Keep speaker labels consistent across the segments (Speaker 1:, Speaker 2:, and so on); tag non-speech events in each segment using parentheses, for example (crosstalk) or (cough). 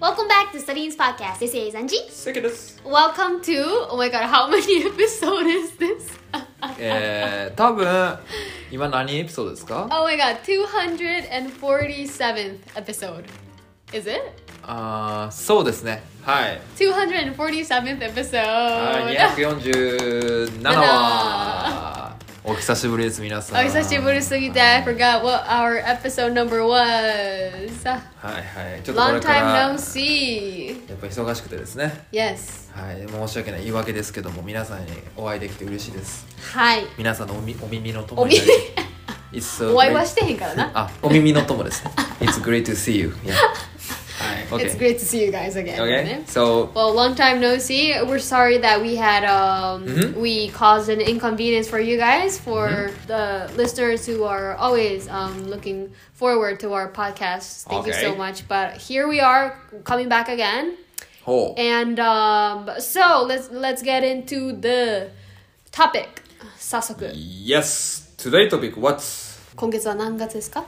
Speaker 1: Welcome back to Studying's podcast. This is Anji.
Speaker 2: セケです。
Speaker 1: Welcome to. Oh my god, how (laughs) many episode is this?
Speaker 2: えー、多分今何エピソードですか
Speaker 1: Oh my god, 247th episode. Is it?
Speaker 2: あー、そうですね。はい。
Speaker 1: 247th episode.
Speaker 2: はい、247話。お久しぶりです、皆さん。
Speaker 1: お久しぶりすぎて、I forgot what our episode number was.
Speaker 2: はいはい。ちょっとこ
Speaker 1: Long
Speaker 2: れから
Speaker 1: time no see.
Speaker 2: やっぱ忙しくてですね。
Speaker 1: Yes.
Speaker 2: はい、申し訳ない言い訳ですけども、皆さんにお会いできて嬉しいです。
Speaker 1: はい。
Speaker 2: 皆さんのおみお耳の友
Speaker 1: お
Speaker 2: に
Speaker 1: み
Speaker 2: なり。It's so
Speaker 1: (laughs) お会いは
Speaker 2: great-
Speaker 1: してへんからな。
Speaker 2: あ、お耳の友ですね。It's great to see you. Yeah. はい
Speaker 1: (laughs) It's great to see you guys again.
Speaker 2: Okay. Okay. So
Speaker 1: Well, long time no see. We're sorry that we had um
Speaker 2: Mhm.
Speaker 1: we caused an inconvenience for you guys for the listeners who are always um looking forward to our podcast. Thank you so
Speaker 2: Okay.
Speaker 1: much. But here we are coming back again.
Speaker 2: ほう。
Speaker 1: And um so let's let's get into the topic. 早速
Speaker 2: Yes! Today topic, what's?
Speaker 1: 今月は何月ですか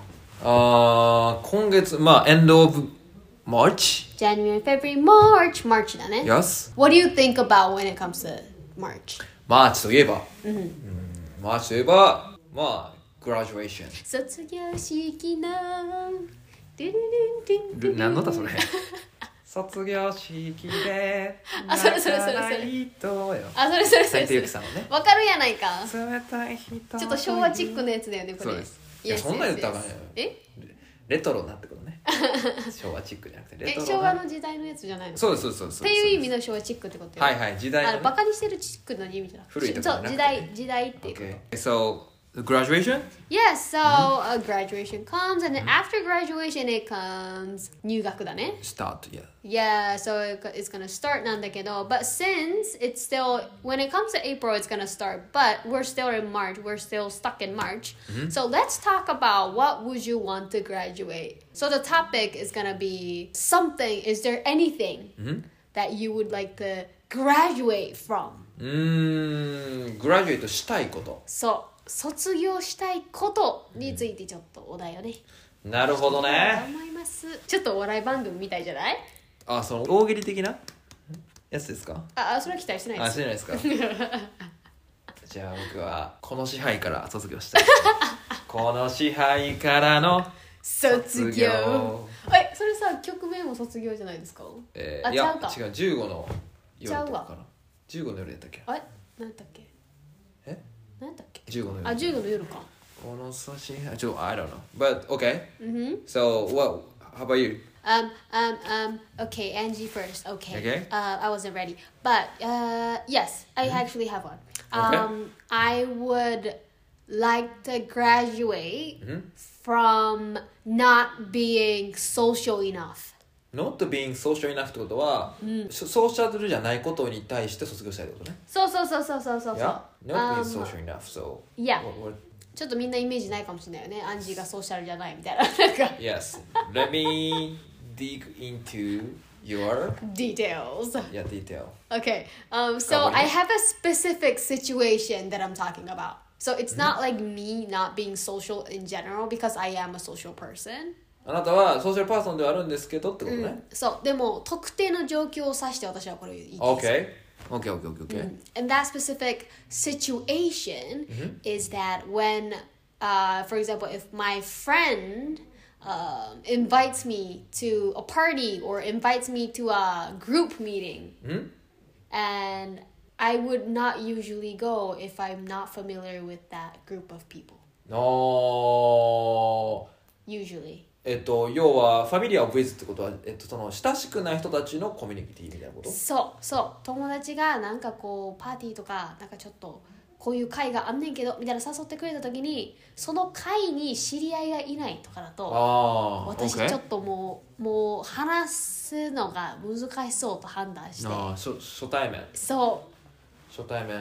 Speaker 2: あー今月、まあ、end of March?
Speaker 1: January, February, March, March だね。
Speaker 2: Yes?
Speaker 1: What do you think about when it comes to March?
Speaker 2: マーチといえば。うんマーチといえば、まあ、graduation。
Speaker 1: 卒業式のドゥルルンドゥンドゥルン
Speaker 2: 何のだそれ卒業式で
Speaker 1: あそれそれそれそれ
Speaker 2: 泣かないとよ
Speaker 1: (laughs) あそれそれそ
Speaker 2: 斉
Speaker 1: れそ
Speaker 2: 藤由
Speaker 1: れ
Speaker 2: 貴さんのね。
Speaker 1: わかるやないか
Speaker 2: 冷たい人。
Speaker 1: ちょっと昭和チックのやつだよねこれ
Speaker 2: そうですいや
Speaker 1: Yes,
Speaker 2: そんなん言ったらあ
Speaker 1: yes,
Speaker 2: かんよ
Speaker 1: yes.
Speaker 2: レトロなってことね。昭和チックじゃなくて、レ
Speaker 1: ええ
Speaker 2: トロな。
Speaker 1: 昭和の時代のやつじゃないのっ
Speaker 2: そうです、そうです、そうです。
Speaker 1: ていう意味の昭和チックってことよ
Speaker 2: はいはい、時代
Speaker 1: あ
Speaker 2: の
Speaker 1: の
Speaker 2: ね
Speaker 1: バカにしてるチックの意味じゃなく
Speaker 2: 古いと
Speaker 1: てそ
Speaker 2: こじゃ
Speaker 1: う
Speaker 2: なく
Speaker 1: 時
Speaker 2: て
Speaker 1: 代時代っていうこと
Speaker 2: Okay. So the graduation?
Speaker 1: Yes so a graduation comes and then after graduation it comes 入学だね
Speaker 2: Start, yeah.
Speaker 1: Yeah, so it, it's gonna start なんだけど But since it's still When it comes to April it's gonna start But we're still in March We're still stuck in March、So let's talk about What would you want to graduate So the topic is gonna be Something, is there anything、That you would like to graduate from
Speaker 2: うーん、グラデュエイトしたいこと。
Speaker 1: そう卒業したいことについてちょっとお題をね、
Speaker 2: なるほどね。
Speaker 1: 思いますちょっとお笑い番組みたいじゃない
Speaker 2: あ、その大喜利的なやつですか
Speaker 1: ああそれは期待してないで
Speaker 2: あ、
Speaker 1: す
Speaker 2: そうじゃないですか。 (laughs) じゃあ僕は、この支配から卒業 (laughs) したい。この支配からの
Speaker 1: 卒
Speaker 2: 卒
Speaker 1: 業
Speaker 2: 業。
Speaker 1: えそれさ曲名も卒業じゃないですか
Speaker 2: え
Speaker 1: あ
Speaker 2: ー、い
Speaker 1: ちゃ
Speaker 2: や
Speaker 1: うか、
Speaker 2: 違う、15の夜だった
Speaker 1: ち
Speaker 2: かな。15の夜やったっけ
Speaker 1: あれ何だっけ
Speaker 2: え
Speaker 1: 何だっけ
Speaker 2: ?15 の
Speaker 1: あ
Speaker 2: 夜。
Speaker 1: 15の夜か
Speaker 2: この支配、ちょっと、I don't know. But, okay.
Speaker 1: うんふん
Speaker 2: So, what, how about you?
Speaker 1: Um, um, um, okay, Angie first. Okay.
Speaker 2: Okay. Mm-hmm.
Speaker 1: Uh, I wasn't ready. But uh, yes, I actually have one. Um, I would like to graduate
Speaker 2: Mm-hmm.
Speaker 1: from not being social enough.
Speaker 2: not being social enough ってことは、ソソーシャルじゃないことに対して卒業したいってことね。
Speaker 1: そうそうそうそうそうそうそう。
Speaker 2: Yeah?
Speaker 1: Um,
Speaker 2: Not being social enough, so.
Speaker 1: Yeah.
Speaker 2: What- what-
Speaker 1: ちょっとみんなイメージないかもしれないよね。アンジーがソーシャルじゃないみたいな。なんか
Speaker 2: yes. Let me dig into your
Speaker 1: details.
Speaker 2: yeah, detail.
Speaker 1: Okay. Um, so
Speaker 2: Cowboy.
Speaker 1: I have a specific situation that I'm talking about. So it's not like me not being social in general because I am a social person.
Speaker 2: あなたはソーシャルパーソンではあるんですけどってことね。
Speaker 1: そうでも特定の状況を指して私はこれを言いたいです。
Speaker 2: Okay. Okay, okay, okay, okay.
Speaker 1: And that specific situation is that when, uh, for example, if my friend um, invites me to a party or invites me to a group meeting, and I would not usually go if I'm not familiar with that group of people.
Speaker 2: の
Speaker 1: Usually.
Speaker 2: えっと、要は、ファミリア・オブ・イズってことは、えっと、その、親しくない人たちのコミュニティみたいなこと
Speaker 1: そうそう友達がなんかこうパーティーとかなんかちょっとこういう会があんねんけどみたいな誘ってくれた時にその会に知り合いがいないとかだと
Speaker 2: ああ、
Speaker 1: 私ちょっともうもう話すのが難しそうと判断して
Speaker 2: ああ、初初対面。
Speaker 1: そ
Speaker 2: 初対面。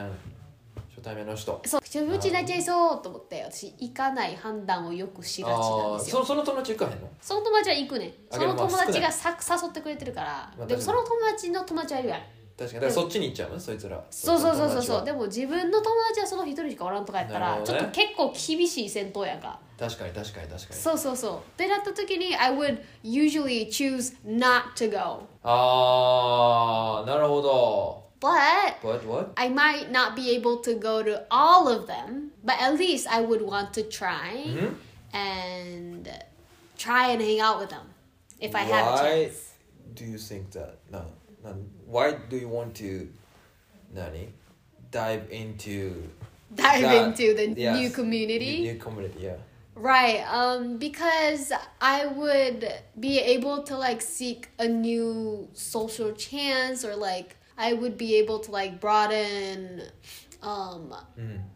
Speaker 2: 初対面の人。
Speaker 1: うそう口ぶちになっちゃいそうと思って私行かない判断をよくしがちなんですよ
Speaker 2: あーそその友達行かへんの
Speaker 1: その友達は行くねん
Speaker 2: あ
Speaker 1: そ
Speaker 2: けど
Speaker 1: の
Speaker 2: まあ
Speaker 1: 友達が
Speaker 2: 少
Speaker 1: さ誘ってくれてるから、
Speaker 2: まあ
Speaker 1: でも
Speaker 2: 確
Speaker 1: そ
Speaker 2: か
Speaker 1: の
Speaker 2: に
Speaker 1: 友達の友達はいるやん
Speaker 2: 確かにだからそっちに行っちゃうのそいつら
Speaker 1: そうそうそうそうそう
Speaker 2: で
Speaker 1: でも自分の友達はその一人しかおらんとかやった
Speaker 2: な
Speaker 1: ら、
Speaker 2: るほ
Speaker 1: ち
Speaker 2: ど
Speaker 1: ょっ
Speaker 2: ね
Speaker 1: と結構厳しい戦闘やんか
Speaker 2: 確かに確かに確かに
Speaker 1: そうそうそうってなった時に I would usually choose not to go
Speaker 2: あーなるほど
Speaker 1: but
Speaker 2: But what?
Speaker 1: I might not be able to go to all of them but at least I would want to try and try and hang out with them if I have a
Speaker 2: Why
Speaker 1: chance
Speaker 2: do you think that? なな Why do you want to 何 dive into
Speaker 1: dive
Speaker 2: that-
Speaker 1: into the
Speaker 2: yes,
Speaker 1: new community
Speaker 2: New community, yeah.
Speaker 1: Right, um, because I would be able to like seek a new social chance or like I would be able to like broaden um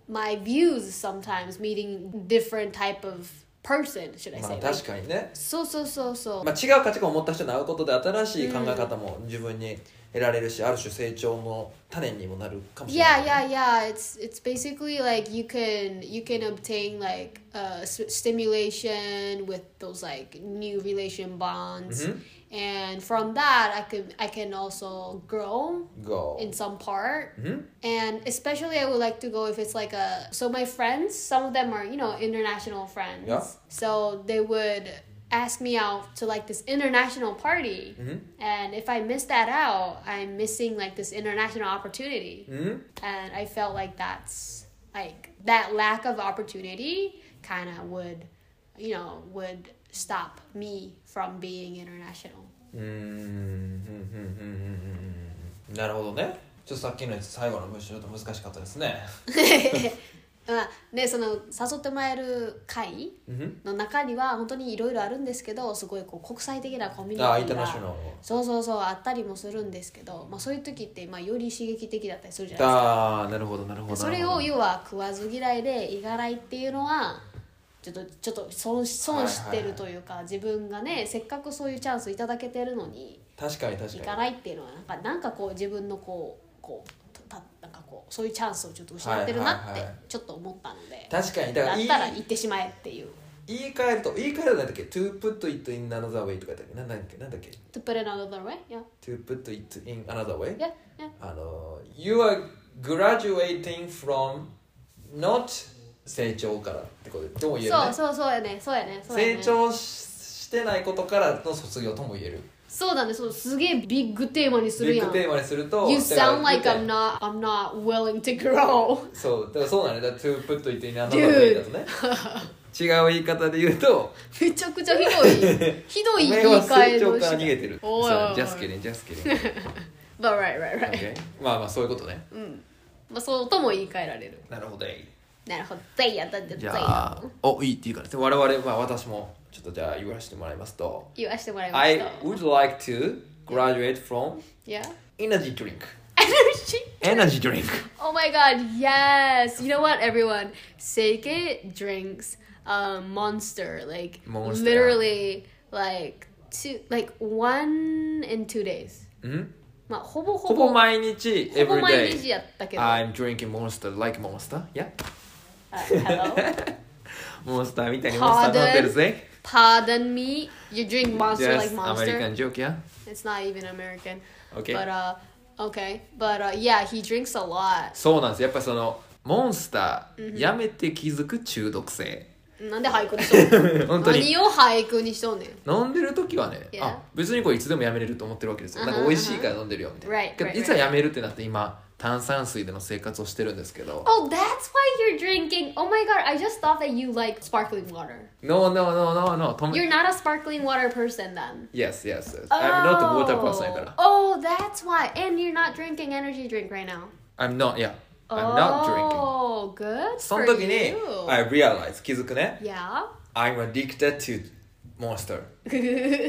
Speaker 1: my views sometimes meeting different type of person, should I
Speaker 2: まあ
Speaker 1: say.
Speaker 2: 確かにね。
Speaker 1: so so so so.
Speaker 2: まあ、違う価値観を持った人に会うことで新しい考え方も自分に得られるし、ある種成長の種にもなるかもしれない、
Speaker 1: yeah yeah yeah it's it's basically like you can you can obtain like uh s- stimulation with those like new relation bonds and from that i could i can also grow
Speaker 2: Go.
Speaker 1: in some part and especially i would like to go if it's like a so my friends some of them are you know international friends
Speaker 2: Yeah.
Speaker 1: so they would ask me out to like this international party and if i miss that out i'm missing like this international opportunity
Speaker 2: Mm-hmm.
Speaker 1: and I felt like that's like that lack of opportunity kind of would, you know, would stop me from being international. (laughs)
Speaker 2: うーんうんうんうんうんうんなるほどねちょっとさっきのやつ最後の文章ちょっと難しかったですね
Speaker 1: まあね、その誘ってもらえる会の中には本当にいろいろあるんですけどすごいこう国際的なコミュニテ
Speaker 2: ああイン
Speaker 1: ィ
Speaker 2: ターナ
Speaker 1: が
Speaker 2: ショナル
Speaker 1: そうそうそうあったりもするんですけど、まあ、そういう時ってまあより刺激的だったりするじゃないですか
Speaker 2: ああなるほどなるほど
Speaker 1: それを要は食わず嫌いでいがないっていうのはちょっとちょっと損し損してるというか、自分がねせっかくそういうチャンスいただけてるのに
Speaker 2: 確かに確
Speaker 1: い
Speaker 2: か
Speaker 1: がないっていうのはなんかなんかこう自分のこうこうたなんかこうそういうチャンスをちょっと失ってるなっ
Speaker 2: はい
Speaker 1: て
Speaker 2: はいはい
Speaker 1: ちょっと思ったので、
Speaker 2: に確かにだから
Speaker 1: だ
Speaker 2: 言い
Speaker 1: ったら行ってしまえっていう
Speaker 2: 言い換えると言い換えるとなんだっけ to put it in another way とかだっけなんだっけなんだっけ
Speaker 1: To put it another way? Yeah.
Speaker 2: to put it in another way
Speaker 1: Yeah. Yeah.
Speaker 2: あの You are graduating from not 成長からってこととも言える
Speaker 1: そう
Speaker 2: ね
Speaker 1: そうそうやねそうやねそうやね
Speaker 2: 成長ししてないことからの卒業とも言える
Speaker 1: そうだねそうすげえビッグテーマにする
Speaker 2: ビッ
Speaker 1: やん
Speaker 2: グテーマにすると
Speaker 1: You
Speaker 2: だから
Speaker 1: sound like I'm not I'm not willing to grow
Speaker 2: そうだからそうなのよだから to put it in
Speaker 1: (laughs)
Speaker 2: another way だ
Speaker 1: Dude
Speaker 2: とね違う言い方で言
Speaker 1: (laughs)
Speaker 2: うと
Speaker 1: めちゃくちゃひどいひどい
Speaker 2: お
Speaker 1: 言い
Speaker 2: 前は
Speaker 1: 換
Speaker 2: 成
Speaker 1: えのし
Speaker 2: 長から
Speaker 1: 方
Speaker 2: 逃げてる
Speaker 1: おいおいおい
Speaker 2: ジャスケリンジャスケリン
Speaker 1: (laughs)
Speaker 2: OK
Speaker 1: But right right right、
Speaker 2: まあまあそういうことね
Speaker 1: まあ、そうとも言い換えられる
Speaker 2: なるほど
Speaker 1: なるほどぜいやだってぜい
Speaker 2: じゃあ
Speaker 1: や
Speaker 2: おいいっていうから我々まあ私もちょっとじゃあ言わせてもらいますと
Speaker 1: 言わしてもらいまし
Speaker 2: I
Speaker 1: た
Speaker 2: would like to graduate from
Speaker 1: Yeah (laughs)
Speaker 2: energy drink
Speaker 1: energy
Speaker 2: energy drink
Speaker 1: Oh my god yes you know what everyone Seike drinks um, monster like
Speaker 2: Monster.
Speaker 1: literally like two like one in two days
Speaker 2: うん
Speaker 1: まあほぼほ
Speaker 2: ほ
Speaker 1: ぼ
Speaker 2: ぼ毎日
Speaker 1: ほぼ毎日
Speaker 2: everyday
Speaker 1: やったけど、
Speaker 2: I'm drinking monster like monster yeah
Speaker 1: あ (laughs)
Speaker 2: (laughs)
Speaker 1: Hello
Speaker 2: モンスターみたいにモンスター飲んでるぜ
Speaker 1: Pardon me You drink monster like
Speaker 2: Yes
Speaker 1: monster
Speaker 2: American joke yeah
Speaker 1: It's not even American.
Speaker 2: Okay.
Speaker 1: But uh okay. But uh yeah, he drinks a lot.
Speaker 2: そうなんですやっぱそのモンスターやめて気づく中毒性
Speaker 1: (laughs) なんで俳句にしとん
Speaker 2: (laughs)
Speaker 1: ねん
Speaker 2: 本当に
Speaker 1: 何を俳句にしとんねん。
Speaker 2: 飲んでる時はね
Speaker 1: Yeah.
Speaker 2: あ別にこれいつでもやめれると思ってるわけですよ
Speaker 1: うん
Speaker 2: な
Speaker 1: うんん
Speaker 2: か美味しいから飲んでるよみたいな
Speaker 1: Right,
Speaker 2: けど
Speaker 1: right,
Speaker 2: いつはやめるってなって今炭酸水での生活をしてるんですけど
Speaker 1: Oh, that's why you're drinking. Oh my god, I just thought that you like sparkling water.
Speaker 2: No no no no no 止め
Speaker 1: You're not a sparkling water person then.
Speaker 2: Yes yes yes I'm not a water person やから
Speaker 1: Oh, that's why. And you're not drinking energy drink right now.
Speaker 2: I'm not yeah I'm not drinking
Speaker 1: Oh, good.
Speaker 2: そ
Speaker 1: For
Speaker 2: の
Speaker 1: you.
Speaker 2: 時に I realize 気づくね
Speaker 1: Yeah.
Speaker 2: (laughs) I'm addicted to
Speaker 1: (laughs)
Speaker 2: monster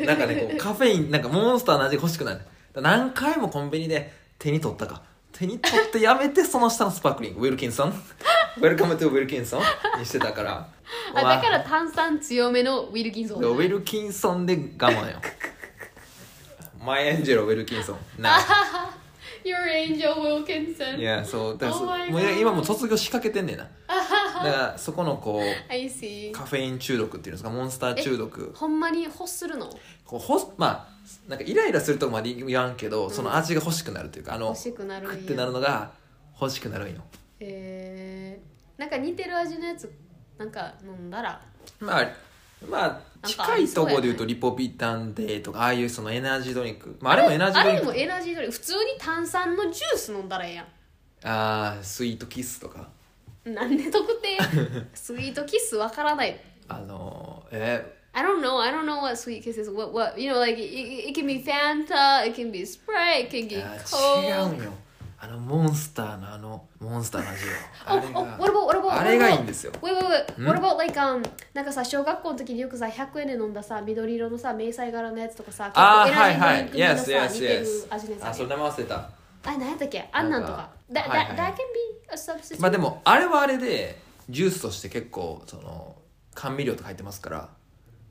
Speaker 2: なんかねこうカフェインなんかモンスターの味欲しくなる何回もコンビニで手に取ったか手に取ってやめてその下のスパークリングウィルキン
Speaker 1: (laughs)
Speaker 2: ソンウェルカムトゥウィルキンソンにしてたから
Speaker 1: あだから炭酸強めのウィルキンソン
Speaker 2: で
Speaker 1: ね。
Speaker 2: ウィルキンソンで我慢よマイエンジェロウィルキンソンな
Speaker 1: Your Angel Wilkinson.
Speaker 2: いやそうだからそ
Speaker 1: Oh my
Speaker 2: もう
Speaker 1: God
Speaker 2: 今もう卒業しかけてんねんなだからそこのこう
Speaker 1: I see.
Speaker 2: カフェイン中毒っていうんですかモンスター中毒
Speaker 1: ほんまに欲するの
Speaker 2: こうほまあなんかイライラするとこまで言わんけど、その味が欲しくなるというかあの
Speaker 1: 欲しくなるんや
Speaker 2: クッてなるのが欲しくなるんよ
Speaker 1: えー、なんか似てる味のやつなんか飲んだら
Speaker 2: まあまあ
Speaker 1: か
Speaker 2: 近いところで言う
Speaker 1: あ
Speaker 2: とリポビタンデーとかああいうそのエナジードリンク、まあ、あれもエナジー
Speaker 1: あ
Speaker 2: ドリ
Speaker 1: れ
Speaker 2: ン
Speaker 1: も
Speaker 2: ク
Speaker 1: エナジードリンク普通に炭酸のジュース飲んだらええや
Speaker 2: ああスイートキスとか
Speaker 1: んなんで特定
Speaker 2: (laughs)
Speaker 1: スイートキスわからない
Speaker 2: あのーえ
Speaker 1: I don't know. I don't know what sweet kiss is. What what you know, like it, it it can be Fanta, it can be Sprite, it can
Speaker 2: ーい
Speaker 1: be
Speaker 2: や
Speaker 1: Coke.
Speaker 2: 違うんよあのモンスターのあのモンスターの味よあ
Speaker 1: Oh,
Speaker 2: れ
Speaker 1: oh, what
Speaker 2: が
Speaker 1: about what about
Speaker 2: あ
Speaker 1: what
Speaker 2: れがいいん
Speaker 1: about
Speaker 2: ですよ
Speaker 1: wait wait wait what about like um なんかさ小学校の時によくさ100円で飲んださ緑色のさ迷彩柄のやつとかさ
Speaker 2: あー
Speaker 1: 結構エナジー
Speaker 2: はいはい
Speaker 1: ドリンクの
Speaker 2: Yes,
Speaker 1: さ
Speaker 2: yes,
Speaker 1: 似てる
Speaker 2: yes.
Speaker 1: 味の
Speaker 2: あ
Speaker 1: やつ
Speaker 2: そ
Speaker 1: あ
Speaker 2: れ名前忘れた
Speaker 1: れ何やったっけあんなんとか
Speaker 2: な
Speaker 1: that
Speaker 2: んか
Speaker 1: that
Speaker 2: はい
Speaker 1: that
Speaker 2: は
Speaker 1: can be a substitute
Speaker 2: まあでもあれはあれでジュースとして結構その甘味料とか入ってますから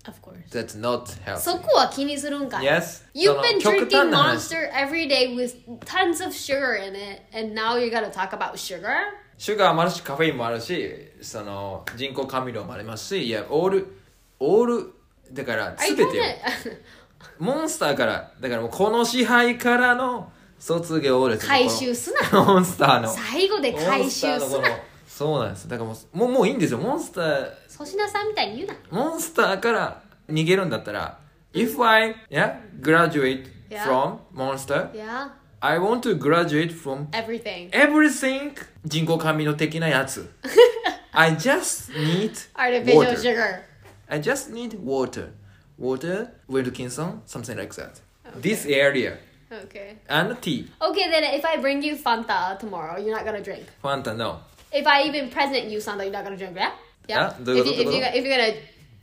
Speaker 1: of course
Speaker 2: That's not healthy
Speaker 1: そこは気にするんかい
Speaker 2: Yes
Speaker 1: You've
Speaker 2: そ
Speaker 1: been
Speaker 2: の極端
Speaker 1: drinking
Speaker 2: な話
Speaker 1: Monster every day with tons of sugar in it and now you're gonna talk about sugar?
Speaker 2: シュガーもあるしカフェインもあるしその人工甘味料もありますしいやオールオールだから全てよモンスターからだからもうこの支配からの卒業です
Speaker 1: (laughs)
Speaker 2: よ
Speaker 1: 回収
Speaker 2: (laughs)
Speaker 1: すな
Speaker 2: このモンスターの
Speaker 1: 最後で回収す
Speaker 2: モンスターのこ
Speaker 1: な
Speaker 2: のそうなんですだからもうもうもういいんですよモンスター
Speaker 1: 粗品さんみたいに言うな
Speaker 2: モンスターから逃げるんだったら If I yeah, graduate
Speaker 1: Yeah.
Speaker 2: from monster
Speaker 1: Yeah
Speaker 2: I want to graduate from
Speaker 1: Everything
Speaker 2: everything 人工甘味料的なやつ I just need
Speaker 1: (laughs) Artificial
Speaker 2: water
Speaker 1: sugar
Speaker 2: I just need water water Wilkinson something like that this area
Speaker 1: Okay
Speaker 2: and tea
Speaker 1: Okay then if I bring you Fanta tomorrow you're not gonna drink
Speaker 2: Fanta no
Speaker 1: If I even present you something you're not gonna drink yeah? Yeah?
Speaker 2: Yeah, どういうこと
Speaker 1: if, you, if,
Speaker 2: どうい
Speaker 1: you,
Speaker 2: うこと
Speaker 1: if you're gonna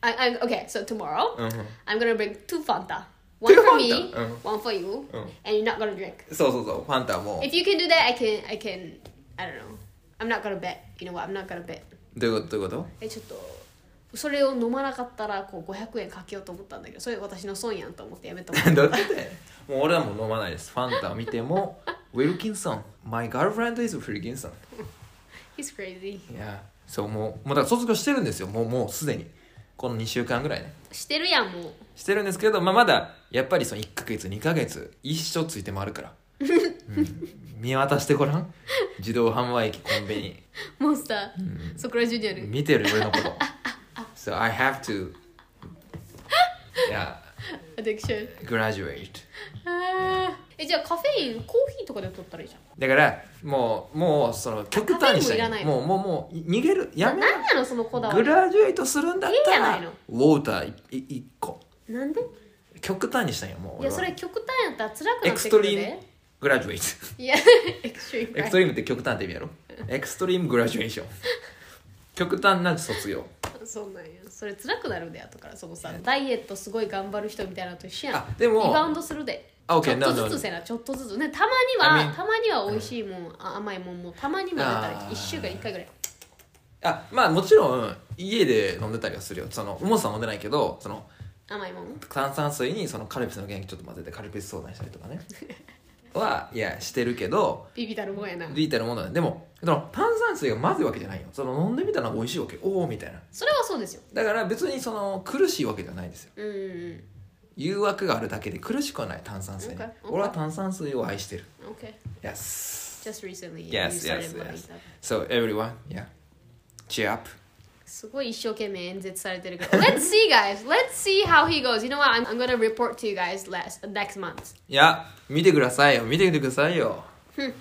Speaker 1: I, I'm, Okay so tomorrow
Speaker 2: うんうん
Speaker 1: I'm gonna bring two Fanta One
Speaker 2: Uh-huh. Two
Speaker 1: for me
Speaker 2: Fanta? Uh-huh. うん
Speaker 1: One for you
Speaker 2: うん
Speaker 1: And you're not gonna drink
Speaker 2: そうそうそう Fanta も
Speaker 1: If you can do that, I can. I can. I don't know. I'm not gonna bet. You know what? I'm not gonna bet.
Speaker 2: どういうことどういうこと (laughs)
Speaker 1: え、ちょっと。Eh, それを飲まなかったらこう500円かけようと思ったんだけどそれ私の損やんと思ってやめたもん
Speaker 2: だってもう俺はもう飲まないですファンタを見て
Speaker 1: (laughs)
Speaker 2: もウィルキンソン My girlfriend is ウィルキンソン
Speaker 1: He's crazy
Speaker 2: いやそうもうもうだから卒業してるんですよもうもうすでにこの2週間ぐらいね
Speaker 1: してるやんもう
Speaker 2: してるんですけど、まあ、まだやっぱりその1ヶ月2ヶ月一生ついて回るから、うん見渡してごらん自動販売機コンビニ
Speaker 1: モンスター、そこら中にある
Speaker 2: 見てる俺のこと So I have to yeah,
Speaker 1: Addiction
Speaker 2: graduate
Speaker 1: あーえじゃあカフェインコーヒーとかで取ったらいいじゃ
Speaker 2: だからもうもうその極端にした
Speaker 1: カフェインもいらない
Speaker 2: い
Speaker 1: の
Speaker 2: もうもうもう逃げるや
Speaker 1: ん
Speaker 2: め
Speaker 1: ななんやのそのこだわ
Speaker 2: グ
Speaker 1: り
Speaker 2: ラジュエイトするんだった
Speaker 1: いい
Speaker 2: ら
Speaker 1: じゃない
Speaker 2: ウォーターいい一個
Speaker 1: なんで
Speaker 2: 極端にしたいよもう
Speaker 1: いや
Speaker 2: 俺
Speaker 1: そ
Speaker 2: は
Speaker 1: れ極端やったら辛く
Speaker 2: エ
Speaker 1: な
Speaker 2: ク
Speaker 1: っ
Speaker 2: ス
Speaker 1: てく
Speaker 2: ト
Speaker 1: る
Speaker 2: リ
Speaker 1: で
Speaker 2: ームグラジュエイト
Speaker 1: いやエクストリーム
Speaker 2: エクストリームって極端って意味やろエクストリームグラジュエーション極端な卒業
Speaker 1: そうなんやそれ辛くなるで後からそのさダイエットすごい頑張る人みたいなのと一緒やん
Speaker 2: あでも
Speaker 1: リバウンドするで
Speaker 2: あ OK
Speaker 1: ちょっ
Speaker 2: no,
Speaker 1: と
Speaker 2: no,
Speaker 1: ず
Speaker 2: no.
Speaker 1: つせなちょっとずつねたまに
Speaker 2: I
Speaker 1: は
Speaker 2: mean-
Speaker 1: たまには美味しいもんあ甘いもんもたまにも出たら
Speaker 2: あー
Speaker 1: 1週間1回ぐらい
Speaker 2: あまあもちろん家で飲んでたりはするよそのモンスターは飲んでないけどその
Speaker 1: 甘いもん
Speaker 2: 炭酸水にそのカルピスの原液ちょっと混ぜてカルピスソーダにしたりとか (laughs) ねはいやしてるけど
Speaker 1: ビビたるもんやな
Speaker 2: リータルものだねでもその炭酸水がまずいわけじゃないよその飲んでみたら美味しいわけおおみたいな
Speaker 1: それはそうですよ
Speaker 2: だから別にその苦しいわけじゃないですよ
Speaker 1: うんうん
Speaker 2: 誘惑があるだけで苦しくはない炭酸水に
Speaker 1: Okay, okay.
Speaker 2: 俺は炭酸水を愛してる
Speaker 1: OK
Speaker 2: Yes
Speaker 1: just recently
Speaker 2: Yes,
Speaker 1: you started
Speaker 2: yes,
Speaker 1: buying
Speaker 2: yes.
Speaker 1: that.
Speaker 2: So everyone, yeah, cheer up.
Speaker 1: すごい一生懸命演説されてるけど Let's see guys Let's see how he goes You know what I'm, I'm gonna report to you guys last, next month
Speaker 2: いや、見てくださいよ、見てくださいよ。 (laughs) はい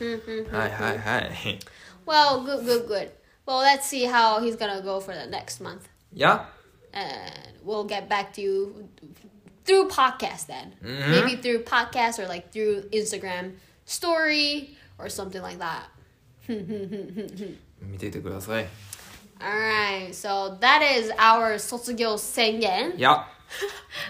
Speaker 2: はいはい。 (laughs)
Speaker 1: Well good good good Well let's see how he's gonna go for the next month
Speaker 2: いや、
Speaker 1: and we'll get back to you through podcast then
Speaker 2: Mm-hmm.
Speaker 1: maybe through podcast or like through instagram story or something like that
Speaker 2: 見ててください。
Speaker 1: all right so that is our sotsugyo sengen
Speaker 2: いや、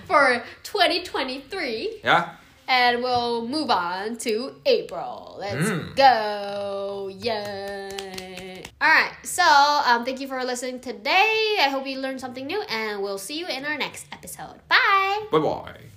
Speaker 1: for 2023
Speaker 2: いや、
Speaker 1: and we'll move on to april let's
Speaker 2: Mm.
Speaker 1: go yay all right so um, thank you for listening today i hope you learned something new and we'll see you in our next episode bye
Speaker 2: バイバイ。